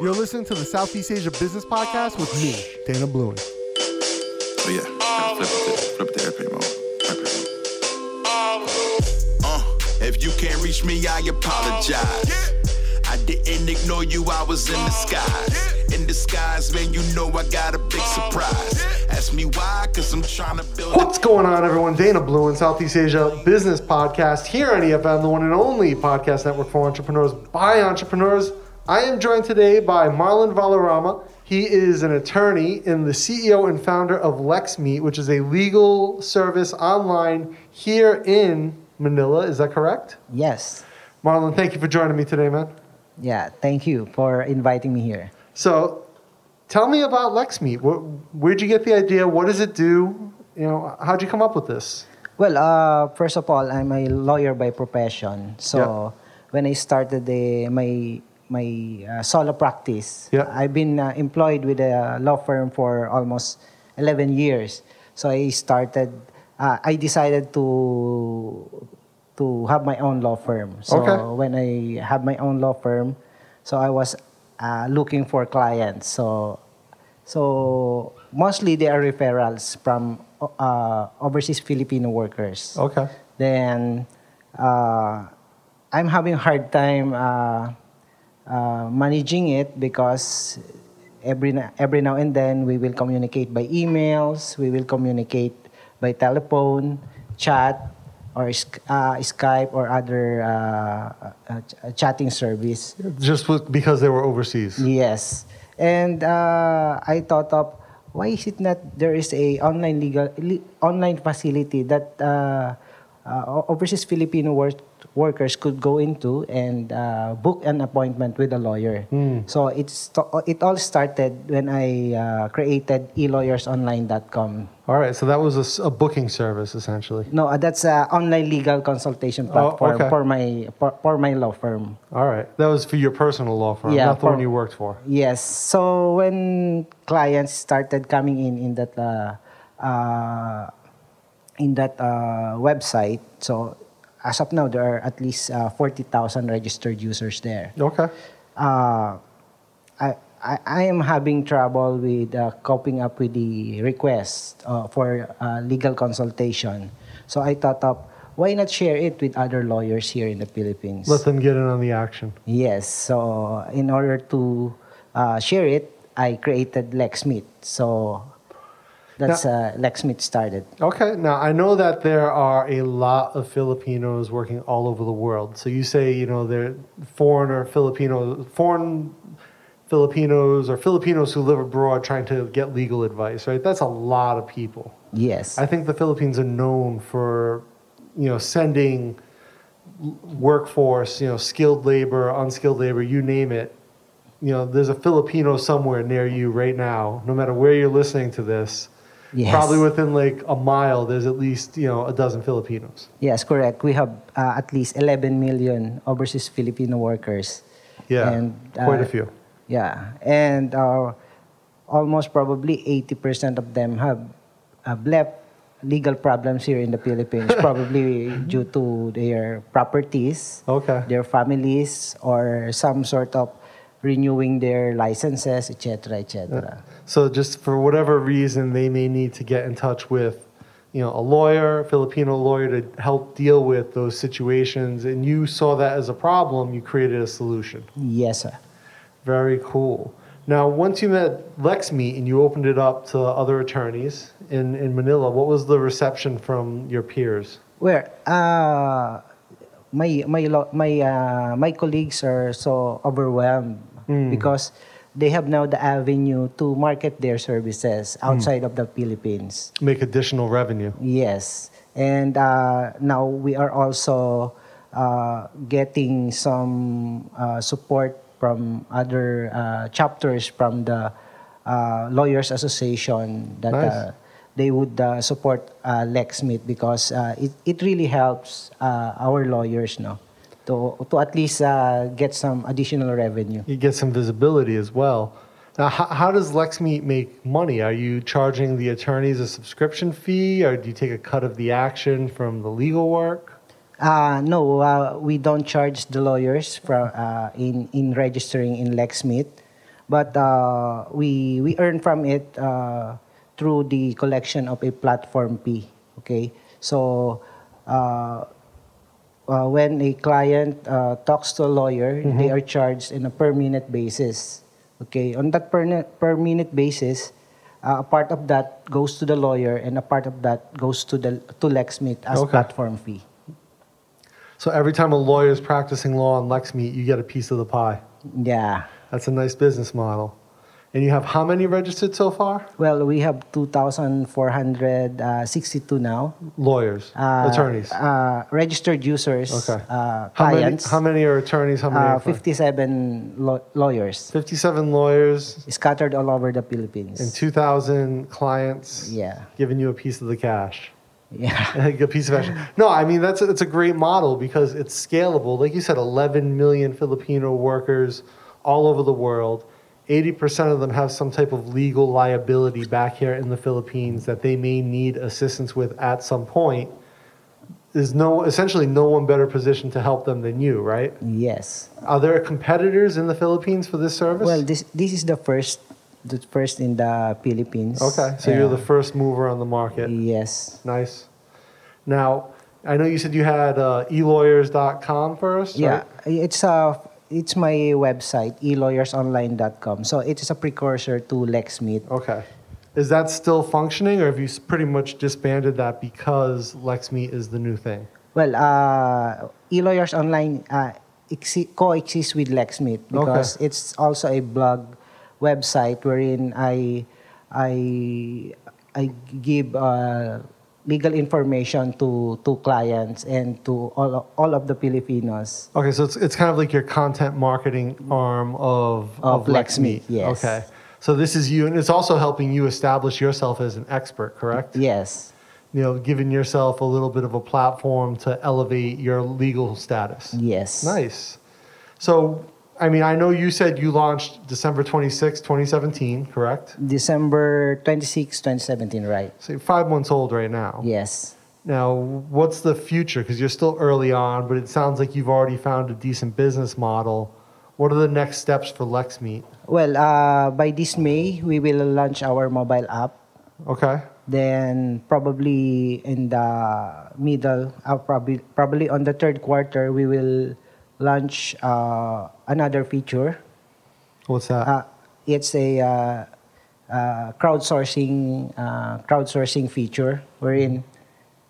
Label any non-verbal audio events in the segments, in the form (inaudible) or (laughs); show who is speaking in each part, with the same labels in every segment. Speaker 1: You're listening to the Southeast Asia Business Podcast with me, Dana Bluen.
Speaker 2: Oh yeah, Gotta flip it to, flip it to airplane mode. Airplane mode.
Speaker 3: Uh, if you can't reach me, I apologize. I didn't ignore you, I was in disguise. In disguise, man, you know I got a big surprise. Ask me why, cause I'm trying to build a
Speaker 1: What's going on, everyone? Dana Bluen, Southeast Asia Business Podcast here on EFM, the one and only podcast network for entrepreneurs by entrepreneurs. I am joined today by Marlon Valarama. He is an attorney and the CEO and founder of LexMeet, which is a legal service online here in Manila. Is that correct?
Speaker 4: Yes.
Speaker 1: Marlon, thank you for joining me today, man.
Speaker 4: Yeah. Thank you for inviting me here.
Speaker 1: So, tell me about LexMeet. Where, where'd you get the idea? What does it do? You know, how'd you come up with this?
Speaker 4: Well, uh, first of all, I'm a lawyer by profession. So when I started the, my my uh, solo practice,
Speaker 1: Yeah.
Speaker 4: I've been uh, employed with a law firm for almost 11 years. So I started. Uh, I decided to to have my own law firm. So
Speaker 1: Okay.
Speaker 4: when I have my own law firm, so I was uh, looking for clients. So so mostly they are referrals from uh, overseas Filipino workers.
Speaker 1: Okay.
Speaker 4: Then uh, I'm having hard time uh, uh, managing it because every na- every now and then we will communicate by emails, we will communicate by telephone, chat, or sk- uh, Skype or other uh, uh, uh, chatting service.
Speaker 1: Just with, because they were overseas.
Speaker 4: Yes. And uh, I thought of why is it not there is a online legal le- online facility that uh, uh, overseas Filipino work, workers could go into and uh, book an appointment with a lawyer. So it's it all started when I uh, created elawyersonline.com.
Speaker 1: All right. So that was a s- a, booking service essentially.
Speaker 4: No, uh, that's an online legal consultation platform
Speaker 1: okay.
Speaker 4: for my for, for my law firm.
Speaker 1: All right. That was for your personal law firm,
Speaker 4: Yeah,
Speaker 1: not the
Speaker 4: for-
Speaker 1: one you worked for.
Speaker 4: Yes. So when clients started coming in in that uh, uh, in that uh, website, so as of now there are at least uh, forty thousand registered users there.
Speaker 1: Okay.
Speaker 4: Uh, I, I I am having trouble with uh, coping up with the request uh, for uh, legal consultation. So I thought up why not share it with other lawyers here in the Philippines.
Speaker 1: Let them get in on the action.
Speaker 4: Yes. So in order to uh, share it, I created Lexmeet. So that's uh, Lexmeet started.
Speaker 1: Okay. Now I know that there are a lot of Filipinos working all over the world. So you say you know they're foreign or Filipino foreign Filipinos or Filipinos who live abroad trying to get legal advice. Right. That's a lot of people.
Speaker 4: Yes.
Speaker 1: I think the Philippines are known for, you know, sending l- workforce, you know, skilled labor, unskilled labor, you name it. You know, there's a Filipino somewhere near you right now, no matter where you're listening to this.
Speaker 4: Yes.
Speaker 1: Probably within like a mile, there's at least, you know, a dozen Filipinos.
Speaker 4: yes, correct. We have uh, at least 11 million overseas Filipino workers.
Speaker 1: Yeah.
Speaker 4: And,
Speaker 1: quite a
Speaker 4: uh,
Speaker 1: few.
Speaker 4: Yeah, and uh, almost probably 80% of them have, have left legal problems here in the Philippines, probably due to their properties,
Speaker 1: Okay.
Speaker 4: their families, or some sort of renewing their licenses, etc., etc.
Speaker 1: So just for whatever reason, they may need to get in touch with, you know, a lawyer, Filipino lawyer to help deal with those situations. And you saw that as a problem, you created a solution.
Speaker 4: Yes, sir.
Speaker 1: Very cool. Now, once you met LexMeet and you opened it up to other attorneys in, in Manila, what was the reception from your peers?
Speaker 4: Where uh, my my lo- my uh, my colleagues are so overwhelmed because they have now the avenue to market their services outside of the Philippines.
Speaker 1: Make additional revenue.
Speaker 4: Yes, and uh, now we are also uh, getting some uh, support from other uh, chapters from the uh, lawyers association that
Speaker 1: Nice.
Speaker 4: uh, they would uh, support uh, Lexmeet because uh, it, it really helps uh, our lawyers no to to at least uh, get some additional revenue.
Speaker 1: You get some visibility as well. Now, how, how does LexMeet make money? Are you charging the attorneys a subscription fee or do you take a cut of the action from the legal work?
Speaker 4: Uh, no, uh, we don't charge the lawyers for, uh, in, in registering in Lexmeet. but uh, we we earn from it uh, through the collection of a platform fee. Okay, so. Uh, uh, when a client uh, talks to a lawyer, they are charged in a per minute basis. Okay, on that per, ni- per minute basis, uh, a part of that goes to the lawyer and a part of that goes to the to Lexmeet as
Speaker 1: Okay.
Speaker 4: platform fee.
Speaker 1: So every time a lawyer is practicing law on Lexmeet, you get a piece of the pie.
Speaker 4: Yeah.
Speaker 1: That's a nice business model. And you have how many registered so far?
Speaker 4: Well, we have 2,462 uh, now.
Speaker 1: Lawyers,
Speaker 4: Uh,
Speaker 1: attorneys.
Speaker 4: Uh, registered users.
Speaker 1: okay.
Speaker 4: Uh,
Speaker 1: how many?
Speaker 4: clients.
Speaker 1: How many are attorneys? How many?
Speaker 4: uh,
Speaker 1: are firms?
Speaker 4: 57 law- lawyers
Speaker 1: 57 lawyers
Speaker 4: scattered all over the Philippines.
Speaker 1: and 2,000 clients.
Speaker 4: Yeah.
Speaker 1: Giving you a piece of the cash. (laughs)
Speaker 4: Yeah. (laughs)
Speaker 1: a piece of action. No, I mean that's a, it's a great model because it's scalable. Like you said, 11 million Filipino workers all over the world. 80% of them have some type of legal liability back here in the Philippines that they may need assistance with at some point. There's no essentially no one better positioned to help them than you, right?
Speaker 4: Yes.
Speaker 1: Are there competitors in the Philippines for this service?
Speaker 4: Well, this this is the first, the first in the Philippines.
Speaker 1: okay, so you're the first mover on the market.
Speaker 4: Yes.
Speaker 1: Nice. Now, I know you said you had uh, elawyers.com first. right?
Speaker 4: Yeah. It's a it's my website elawyersonline.com. So it is a precursor to Lexmeet.
Speaker 1: Okay. Is that still functioning, or have you s- pretty much disbanded that because LexMeet is the new thing?
Speaker 4: Well, uh, eLawyers Online uh, exi- coexists with Lexmeet because it's also a blog website wherein I I I give uh, legal information to to clients and to all all of the Filipinos.
Speaker 1: Okay, so it's, it's kind of like your content marketing arm of,
Speaker 4: Of LexMeet, yes.
Speaker 1: Okay. So this is you, and it's also helping you establish yourself as an expert, correct?
Speaker 4: Yes.
Speaker 1: You know, giving yourself a little bit of a platform to elevate your legal status.
Speaker 4: Yes.
Speaker 1: Nice. So, I mean, I know you said you launched December 26, 2017, correct?
Speaker 4: December 26, 2017, right?
Speaker 1: So you're five months old right now.
Speaker 4: Yes.
Speaker 1: Now, what's the future? Because you're still early on, but it sounds like you've already found a decent business model. What are the next steps for LexMeet?
Speaker 4: Well, uh, by this May, we will launch our mobile app.
Speaker 1: Okay.
Speaker 4: Then probably in the middle, uh, probably, probably on the third quarter, we will launch uh, another feature.
Speaker 1: What's that?
Speaker 4: Uh, it's a uh, uh, crowdsourcing uh, crowdsourcing feature wherein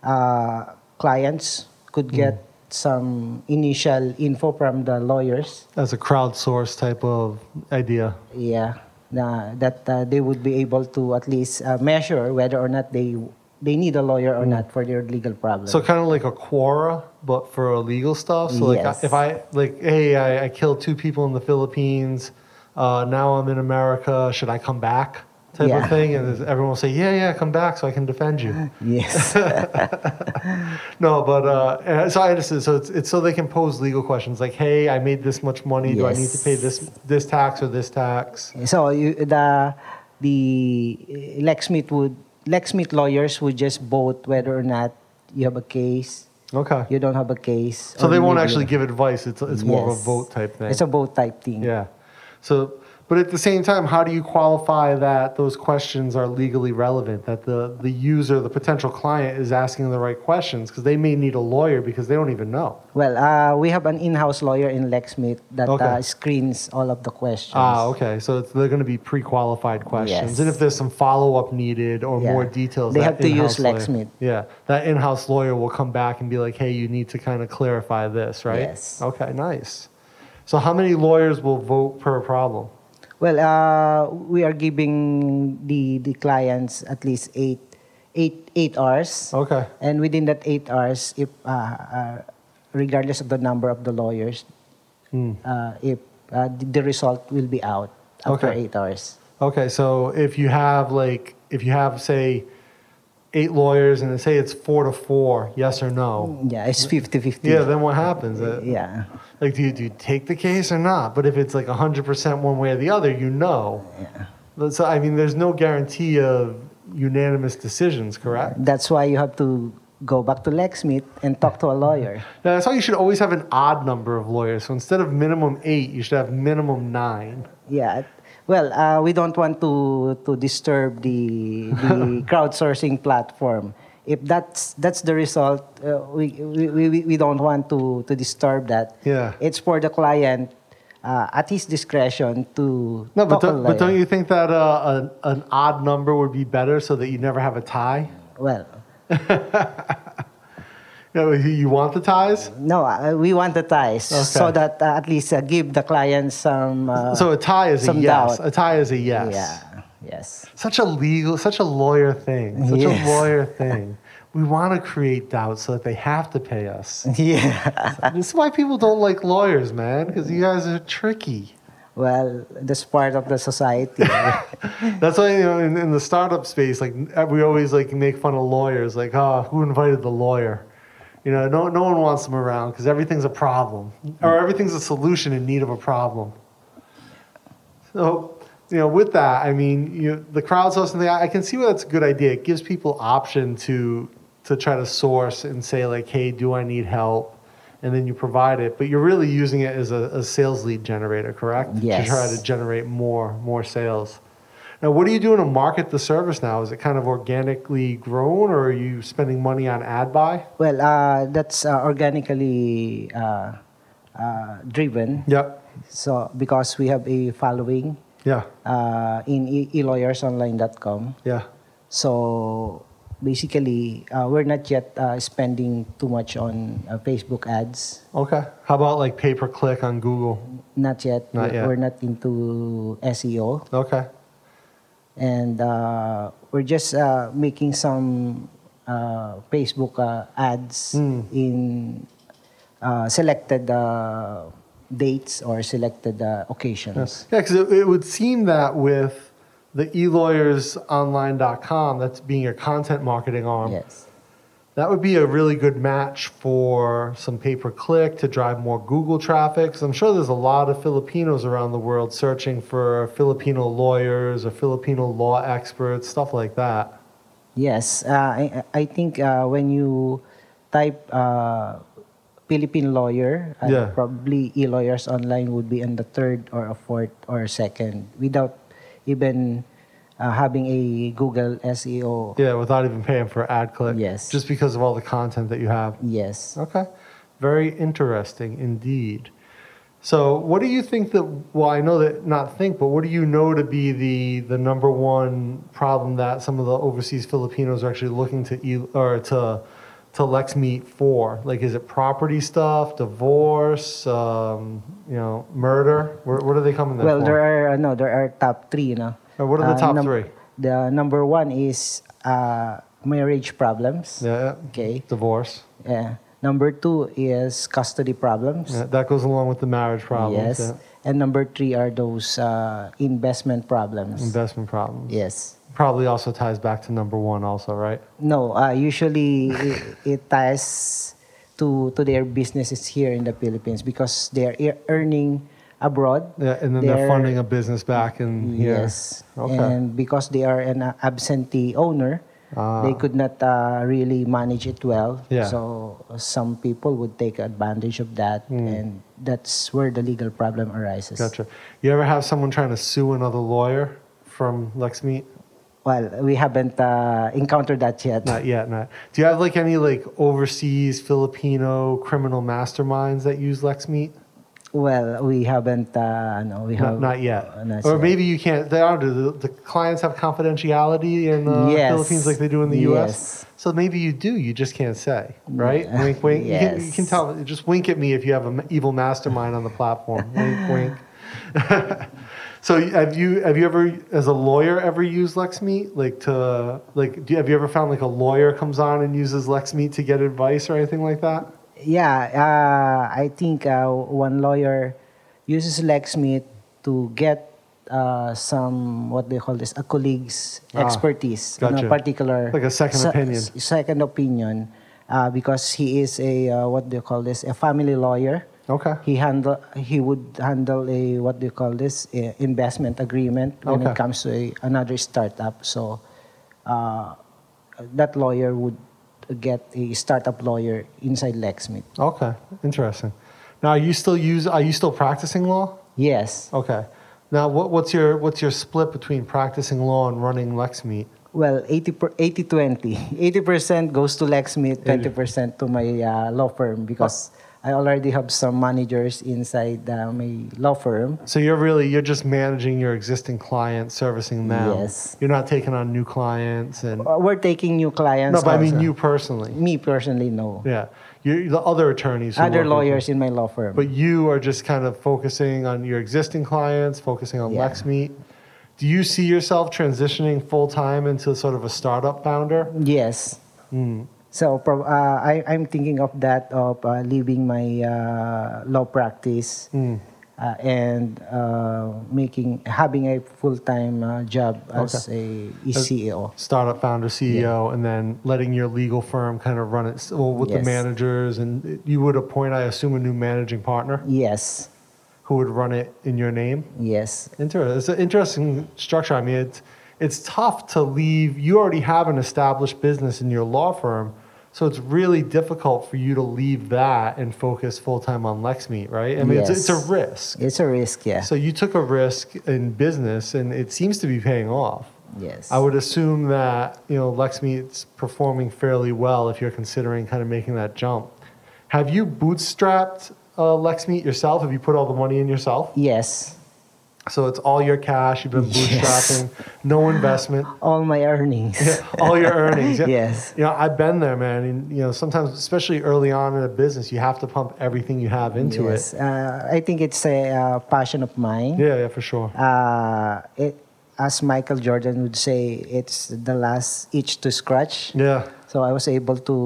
Speaker 4: uh, clients could get some initial info from the lawyers.
Speaker 1: That's a crowdsource type of idea.
Speaker 4: yeah na that uh, they would be able to at least uh, measure whether or not they they need a lawyer or not for their legal problem
Speaker 1: So kind of like a Quora, but for illegal stuff. So like
Speaker 4: Yes.
Speaker 1: if I like, hey, I, I killed two people in the Philippines. Uh, now I'm in America. Should I come back? Type of
Speaker 4: Yeah.
Speaker 1: thing, and there's- everyone will say, yeah, yeah, come back, so I can defend you.
Speaker 4: yes
Speaker 1: No, but uh, and so I understand. So it's, it's so they can pose legal questions like, "Hey, I made this much money. Do I need to pay this this tax or this tax?"
Speaker 4: so you, the the lexmith would lexmith lawyers would just vote whether or not you have a case
Speaker 1: Okay.
Speaker 4: you don't have a case
Speaker 1: so
Speaker 4: or
Speaker 1: they won't
Speaker 4: maybe-
Speaker 1: actually give advice. It's it's more of a
Speaker 4: Yes.
Speaker 1: vote type thing.
Speaker 4: it's a vote type thing
Speaker 1: yeah. So, but at the same time, how do you qualify that those questions are legally relevant? That the the user, the potential client, is asking the right questions because they may need a lawyer because they don't even know.
Speaker 4: well uh, we have an in-house lawyer in lexmith that
Speaker 1: Okay.
Speaker 4: uh, screens all of the questions
Speaker 1: Ah, okay. So it's, they're going to be pre-qualified questions,
Speaker 4: Yes.
Speaker 1: and if there's some follow-up needed or
Speaker 4: Yeah.
Speaker 1: more details,
Speaker 4: They
Speaker 1: that
Speaker 4: have to use
Speaker 1: in-house lawyer-
Speaker 4: Lexmit.
Speaker 1: Yeah, that in-house lawyer will come back and be like, "Hey, you need to kind of clarify this, right?"
Speaker 4: Yes.
Speaker 1: Okay, nice. So how many lawyers will vote per problem?
Speaker 4: Well, uh, we are giving the the clients at least eight, eight, eight hours,
Speaker 1: Okay.
Speaker 4: and within that eight hours, if uh, uh, regardless of the number of the lawyers,
Speaker 1: Hmm.
Speaker 4: uh, if uh, the, the result will be out after
Speaker 1: Okay.
Speaker 4: eight hours.
Speaker 1: Okay, so if you have like if you have say eight lawyers and they say it's four to four, yes or no.
Speaker 4: Yeah, it's 50-50.
Speaker 1: Yeah, then what happens? Uh,
Speaker 4: yeah.
Speaker 1: Like, do you, do you take the case or not? But if it's like 100% one way or the other, you know. But So, I mean, there's no guarantee of unanimous decisions, correct?
Speaker 4: That's why you have to go back to Lexmith and talk to a lawyer.
Speaker 1: Now, that's why you should always have an odd number of lawyers. So instead of minimum eight, you should have minimum nine.
Speaker 4: Yeah. Well, uh, we don't want to to disturb the
Speaker 1: (laughs)
Speaker 4: the crowdsourcing platform. If that's that's the result, uh, we, we, we we don't want to to disturb that.
Speaker 1: Yeah.
Speaker 4: It's for the client uh, at his discretion to
Speaker 1: No, but,
Speaker 4: toggle
Speaker 1: don't- but
Speaker 4: that.
Speaker 1: don't you think that uh, an, an odd number would be better so that you never have a tie?
Speaker 4: Well,
Speaker 1: You, know, you- you want the ties?
Speaker 4: no, uh, we want the ties so
Speaker 1: Okay.
Speaker 4: that uh, at least uh, give the client some. Uh,
Speaker 1: so a tie is a
Speaker 4: some
Speaker 1: yes.
Speaker 4: doubt.
Speaker 1: A tie is a yes.
Speaker 4: Yeah. Yes. (laughs)
Speaker 1: Such a legal, such a lawyer thing. Such
Speaker 4: Yes.
Speaker 1: a lawyer thing. We want to create doubt so that they have to pay
Speaker 4: (laughs)
Speaker 1: us.
Speaker 4: Yeah.
Speaker 1: this is why people don't like lawyers, man, because you guys are tricky.
Speaker 4: well, that's part of the
Speaker 1: (laughs)
Speaker 4: society.
Speaker 1: That's why you know, in, in the startup space, like uh, we always like make fun of lawyers, like, oh, who invited the lawyer? You know, no, no one wants them around because everything's a problem, or everything's a solution in need of a problem. So, you know, with that, I mean, you the crowdsourcing thing, I I can see where that's a good idea. It gives people option to to try to source and say like, hey, do I need help? And then you provide it, but you're really using it as a, a sales lead generator, correct?
Speaker 4: Yes.
Speaker 1: To try to generate more more sales. Now, what are you doing to market the service now? Is it kind of organically grown, or are you spending money on ad buy?
Speaker 4: Well, uh, that's uh, organically uh, uh, driven.
Speaker 1: Yep.
Speaker 4: So because we have a following
Speaker 1: Yeah.
Speaker 4: uh, in e- elawyersonline.com,
Speaker 1: Yeah.
Speaker 4: so basically uh, we're not yet uh, spending too much on uh, Facebook ads.
Speaker 1: Okay. How about like pay per click on Google?
Speaker 4: Not yet.
Speaker 1: Not
Speaker 4: We're-
Speaker 1: yet.
Speaker 4: We're not into E SEO,
Speaker 1: Okay.
Speaker 4: and uh, we're just uh, making some uh, Facebook uh, ads
Speaker 1: Hmm.
Speaker 4: in uh, selected uh, dates or selected uh, occasions.
Speaker 1: Yeah, because it, it would seem that with the elawyersonline.com, that's being your content marketing arm,
Speaker 4: Yes.
Speaker 1: that would be a really good match for some pay per click to drive more Google traffic. 'Cause I'm sure there's a lot of Filipinos around the world searching for Filipino lawyers or Filipino law experts, stuff like that.
Speaker 4: Yes. Uh, I, I think uh, when you type uh, Philippine lawyer, uh,
Speaker 1: Yeah.
Speaker 4: probably e lawyers online would be on the third or a fourth or a second without even uh, having a Google E SEO.
Speaker 1: Yeah, without even paying for ad click.
Speaker 4: Yes.
Speaker 1: Just because of all the content that you have.
Speaker 4: Yes.
Speaker 1: Okay. Very interesting indeed. So, what do you think that? Well, I know that not think, but what do you know to be the the number one problem that some of the overseas Filipinos are actually looking to e- or to to LexMeet for? Like, is it property stuff, divorce, um, you know, murder? Where, what are they coming there
Speaker 4: Well,
Speaker 1: for?
Speaker 4: there are uh, no, there are top three, you know.
Speaker 1: Uh, what are the top three?
Speaker 4: The number one is uh, marriage problems.
Speaker 1: yeah.
Speaker 4: Okay.
Speaker 1: Divorce.
Speaker 4: Yeah. Number two is custody problems.
Speaker 1: Yeah, that goes along with the marriage problems.
Speaker 4: yes.
Speaker 1: yeah.
Speaker 4: And number three are those uh, investment problems.
Speaker 1: Investment problems.
Speaker 4: yes.
Speaker 1: Probably also ties back to number one, also, right?
Speaker 4: No, uh, usually it, it ties to, to their businesses here in the Philippines because they're ear- earning abroad.
Speaker 1: Yeah, and then they're,
Speaker 4: They're-
Speaker 1: funding a business back in here.
Speaker 4: Yes.
Speaker 1: Okay.
Speaker 4: And because they are an uh, absentee owner, they could not uh, really manage it well.
Speaker 1: Ah. Yeah.
Speaker 4: So some people would take advantage of that, and that's where the legal problem arises.
Speaker 1: Hmm. gotcha. You ever have someone trying to sue another lawyer from LexMeet?
Speaker 4: Well, we haven't uh, encountered that yet.
Speaker 1: Not yet. Not. Do you have like any like overseas Filipino criminal masterminds that use LexMeet?
Speaker 4: Well, we haven't. Uh, no, we
Speaker 1: Not,
Speaker 4: have
Speaker 1: not yet.
Speaker 4: uh, not
Speaker 1: or
Speaker 4: yet.
Speaker 1: maybe you can't. They are. Do the, the clients have confidentiality in the
Speaker 4: Yes.
Speaker 1: Philippines like they do in the U.S.?
Speaker 4: Yes.
Speaker 1: So maybe you do. You just can't say,
Speaker 4: (laughs)
Speaker 1: right? Wink, wink. You, can, you can
Speaker 4: Yes.
Speaker 1: tell. Just wink at me if you have an evil mastermind on the
Speaker 4: (laughs)
Speaker 1: platform. wink, wink. (laughs) so have you have you ever, as a lawyer, ever used LexMeat? Like to like, do you, have you ever found like a lawyer comes on and uses LexMeet to get advice or anything like that?
Speaker 4: Yeah, uh, I think uh, one lawyer uses Lexmeet to get uh, some what they call this a colleague's
Speaker 1: Ah,
Speaker 4: expertise in
Speaker 1: gotcha.
Speaker 4: a particular
Speaker 1: Like a second opinion.
Speaker 4: s- Second opinion, uh, because he is a uh, what do you call this a family lawyer.
Speaker 1: Okay.
Speaker 4: He handle he would handle a what do you call this a investment agreement when
Speaker 1: Okay.
Speaker 4: it comes to a, another startup. So uh, that lawyer would get a startup lawyer inside Lexmeet.
Speaker 1: Okay, interesting. Now, are you still use? Are you still practicing law?
Speaker 4: Yes.
Speaker 1: Okay. Now, what, what's your what's your split between practicing law and running LexMeet?
Speaker 4: Well, 80 per, 80 20. (laughs) 80% goes to Lexmeet, 20% to my uh, law firm because
Speaker 1: Ah.
Speaker 4: I already have some managers inside uh, my law firm.
Speaker 1: So you're really you're just managing your existing clients, servicing them.
Speaker 4: Yes.
Speaker 1: You're not taking on new clients and
Speaker 4: Uh, We're taking new clients.
Speaker 1: no, but I mean
Speaker 4: also.
Speaker 1: you personally.
Speaker 4: Me personally, no.
Speaker 1: Yeah, you the other attorneys, who work
Speaker 4: Other
Speaker 1: with you.
Speaker 4: lawyers in my law firm.
Speaker 1: But you are just kind of focusing on your existing clients, focusing on
Speaker 4: Yeah.
Speaker 1: LexMeet. Do you see yourself transitioning full time into sort of a startup founder?
Speaker 4: Yes.
Speaker 1: Hmm.
Speaker 4: So prob- uh, I, I'm thinking of that of uh, leaving my uh, law practice
Speaker 1: Hmm.
Speaker 4: uh, and uh, making having a full time uh, job as a ECEO.
Speaker 1: startup founder CEO and then letting your legal firm kind of run it s- well, with the
Speaker 4: Yes.
Speaker 1: managers and you would appoint I assume a new managing partner
Speaker 4: Yes,
Speaker 1: who would run it in your name.
Speaker 4: yes,
Speaker 1: Interesting. It's an interesting structure. I mean, it's it's tough to leave. You already have an established business in your law firm, so it's really difficult for you to leave that and focus full time on LexMeet, right? I mean, it's, it's
Speaker 4: Yes.
Speaker 1: a risk.
Speaker 4: it's a risk. Yeah.
Speaker 1: So you took a risk in business, and it seems to be paying off.
Speaker 4: yes.
Speaker 1: I would assume that you know LexMeet's performing fairly well if you're considering kind of making that jump. Have you bootstrapped uh, LexMeet yourself? Have you put all the money in yourself?
Speaker 4: Yes,
Speaker 1: So it's all your cash. You've been
Speaker 4: (laughs) Yes.
Speaker 1: bootstrapping, no investment, (laughs)
Speaker 4: all my earnings.
Speaker 1: all your earnings. Yeah.
Speaker 4: Yes.
Speaker 1: You know, I've been there, man. And you know, sometimes, especially early on in a business, you have to pump everything you have into
Speaker 4: (laughs) yes.
Speaker 1: it.
Speaker 4: Uh, I think it's a uh, passion of mine.
Speaker 1: Yeah, yeah, for sure.
Speaker 4: uh, it, as Michael Jordan would say, it's the last itch to scratch.
Speaker 1: Yeah.
Speaker 4: So I was able to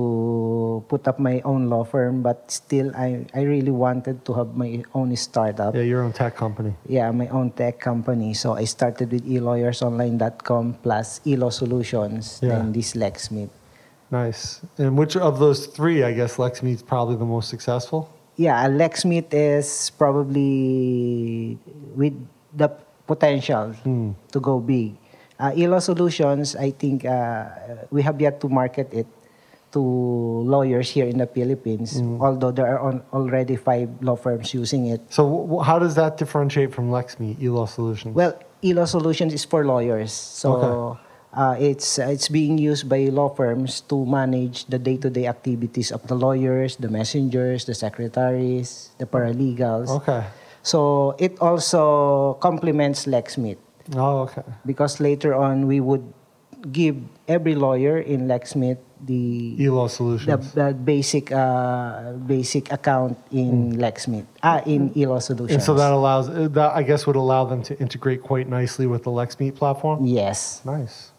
Speaker 4: put up my own law firm, but still, I, I really wanted to have my own startup.
Speaker 1: Yeah, your own tech company.
Speaker 4: Yeah, my own tech company. So I started with elawyersonline.com plus elaw solutions
Speaker 1: Yeah.
Speaker 4: and this Lexmeet.
Speaker 1: Nice. And which of those three, I guess, LexMeet's probably the most successful?
Speaker 4: Yeah, Lexmeet is probably with the potential to go big. Uh, Elo Solutions, I think uh, we have yet to market it to lawyers here in the Philippines, although there are on already five law firms using it.
Speaker 1: So w- w- how does that differentiate from LexMeet Elo Solutions?
Speaker 4: Well, Elo Solutions is for lawyers, so uh, it's it's being used by law firms to manage the day-to-day activities of the lawyers, the messengers, the secretaries, the paralegals.
Speaker 1: okay.
Speaker 4: So it also complements Lexmeet
Speaker 1: Oh, okay.
Speaker 4: because later on we would give every lawyer in Lexmeet the
Speaker 1: Elo
Speaker 4: the,
Speaker 1: E Solutions.
Speaker 4: the basic uh, basic account in Lexmeet ah in
Speaker 1: Mm.
Speaker 4: Elo
Speaker 1: and
Speaker 4: Solutions.
Speaker 1: so that allows uh, that I guess would allow them to integrate quite nicely with the LexMeet platform.
Speaker 4: yes.
Speaker 1: Nice.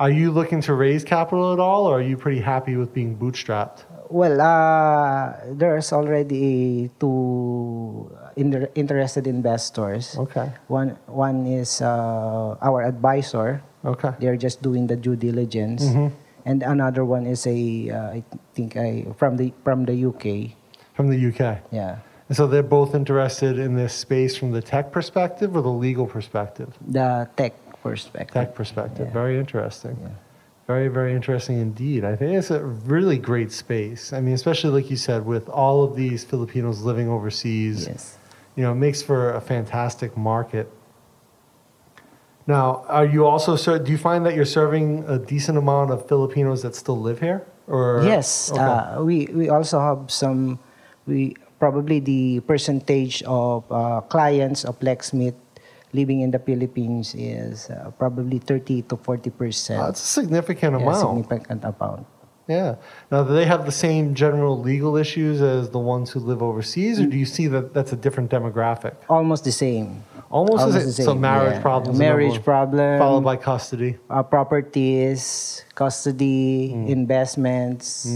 Speaker 1: Are you looking to raise capital at all, or are you pretty happy with being bootstrapped?
Speaker 4: Well, uh, there's already two inter- interested investors.
Speaker 1: Okay.
Speaker 4: One one is uh, our advisor.
Speaker 1: Okay.
Speaker 4: they're just doing the due diligence
Speaker 1: Mm-hmm.
Speaker 4: and another one is a uh, i think i from the from the uk
Speaker 1: From the UK.
Speaker 4: yeah
Speaker 1: And so they're both interested in this space from the tech perspective or the legal perspective?
Speaker 4: the tech perspective
Speaker 1: Tech perspective.
Speaker 4: Yeah.
Speaker 1: Very interesting. Very, very interesting indeed. I think it's a really great space. I mean, especially like you said, with all of these Filipinos living overseas,
Speaker 4: yes
Speaker 1: you know, it makes for a fantastic market. Now, are you also ser- do you find that you're serving a decent amount of Filipinos that still live here? Or
Speaker 4: yes
Speaker 1: Okay.
Speaker 4: uh, we we also have some we probably the percentage of uh, clients of lexmith living in the philippines is uh, probably 30 to 40 percent
Speaker 1: that's a significant
Speaker 4: yeah,
Speaker 1: amount.
Speaker 4: significant amount
Speaker 1: Yeah. Now, do they have the same general legal issues as the ones who live overseas, or
Speaker 4: Mm.
Speaker 1: do you see that that's a different demographic?
Speaker 4: almost the same
Speaker 1: Almost,
Speaker 4: Almost
Speaker 1: as
Speaker 4: the
Speaker 1: it, so
Speaker 4: same,
Speaker 1: marriage
Speaker 4: yeah.
Speaker 1: problems, the
Speaker 4: Marriage
Speaker 1: number one,
Speaker 4: problem.
Speaker 1: followed by custody.
Speaker 4: uh, properties, custody,
Speaker 1: Mm.
Speaker 4: investments.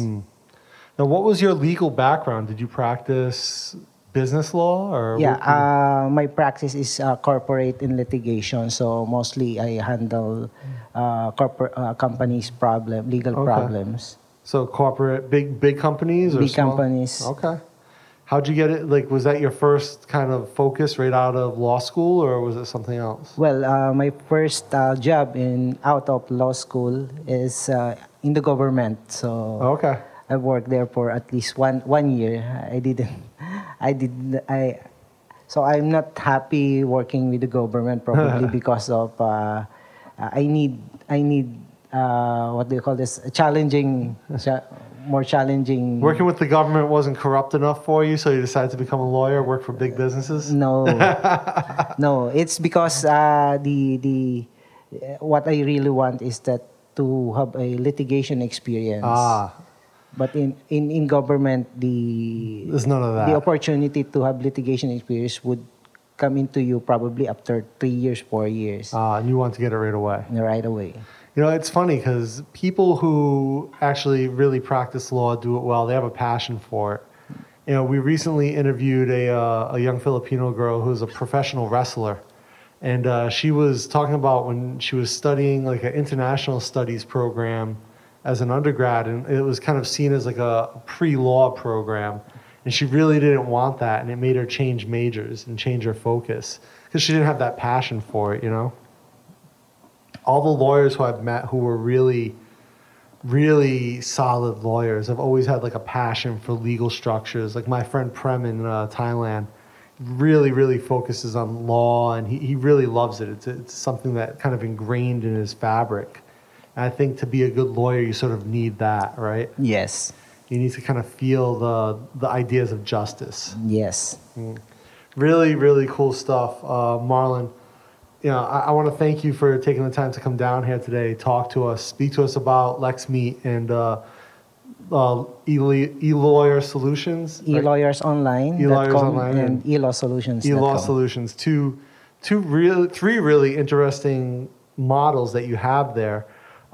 Speaker 1: Now, what was your legal background? Did you practice business law or
Speaker 4: Yeah,
Speaker 1: what did you-
Speaker 4: uh, my practice is uh, corporate and litigation, so mostly I handle uh, corporate uh, companies' problem, legal
Speaker 1: Okay.
Speaker 4: problems.
Speaker 1: so corporate big big companies or
Speaker 4: Big
Speaker 1: small-
Speaker 4: companies.
Speaker 1: Okay, how'd you get it? Like, was that your first kind of focus right out of law school, or was it something else?
Speaker 4: Well, uh, my first uh, job in out of law school is uh, in the government, so
Speaker 1: Okay,
Speaker 4: I worked there for at least one one year. I didn't. I did. I So I'm not happy working with the government probably because of uh, I need I need uh, what do you call this challenging cha- more challenging
Speaker 1: Working with the government wasn't corrupt enough for you, so you decided to become a lawyer, work for big businesses.
Speaker 4: No, no. It's because uh, the the uh, what I really want is that to have a litigation experience.
Speaker 1: Ah,
Speaker 4: But in, in, in government, the
Speaker 1: There's none of that.
Speaker 4: The opportunity to have litigation experience would come into you probably after three years, four years,
Speaker 1: ah, and you want to get it right away.
Speaker 4: right away.
Speaker 1: You know, it's funny because people who actually really practice law do it well. They have a passion for it. You know, we recently interviewed a, uh, a young Filipino girl who's a professional wrestler. And uh, she was talking about when she was studying like an international studies program as an undergrad, and it was kind of seen as like a pre law program. And she really didn't want that, and it made her change majors and change her focus because she didn't have that passion for it, you know? all the lawyers who I've met who were really, really solid lawyers have always had like a passion for legal structures. Like my friend Prem in uh, Thailand really, really focuses on law and he, he really loves it. It's, it's something that kind of ingrained in his fabric. And I think to be a good lawyer, you sort of need that, right?
Speaker 4: Yes,
Speaker 1: You need to kind of feel the, the ideas of justice
Speaker 4: yes.
Speaker 1: really really cool stuff uh, marlon you know i, I want to thank you for taking the time to come down here today talk to us speak to us about lexmeet and uh, uh, e- e-lawyer solutions
Speaker 4: elawyersonline.com
Speaker 1: elawyersonline
Speaker 4: and elawsolutions.
Speaker 1: e-law solutions two two real three really interesting models that you have there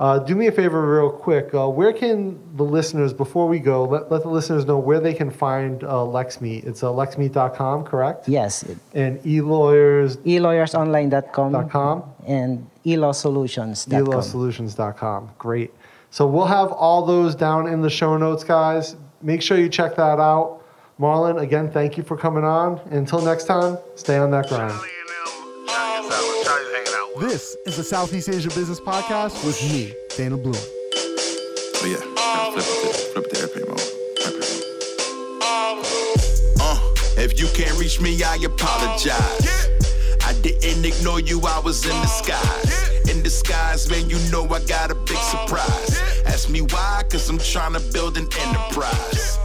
Speaker 1: uh, do me a favor real quick uh, where can the listeners before we go let, let the listeners know where they can find uh, lexmeet it's uh, lexmeet.com correct
Speaker 4: Yes,
Speaker 1: and e-lawyers
Speaker 4: elawyersonline.com
Speaker 1: com.
Speaker 4: and elawsolutions.com.
Speaker 1: elosolutions.com. Great. So we'll have all those down in the show notes, guys. Make sure you check that out. Marlon, again, thank you for coming on. Until next time, stay on that grind. This is the Southeast Asia Business Podcast with me, Dana Bloom.
Speaker 2: Oh yeah, flip it, to- flip it to airplane mode. Airplane mode.
Speaker 3: Uh, if you can't reach me, I apologize. I didn't ignore you, I was in disguise. In disguise, man, you know I got a big surprise. Ask me why, cause I'm tryna build an enterprise.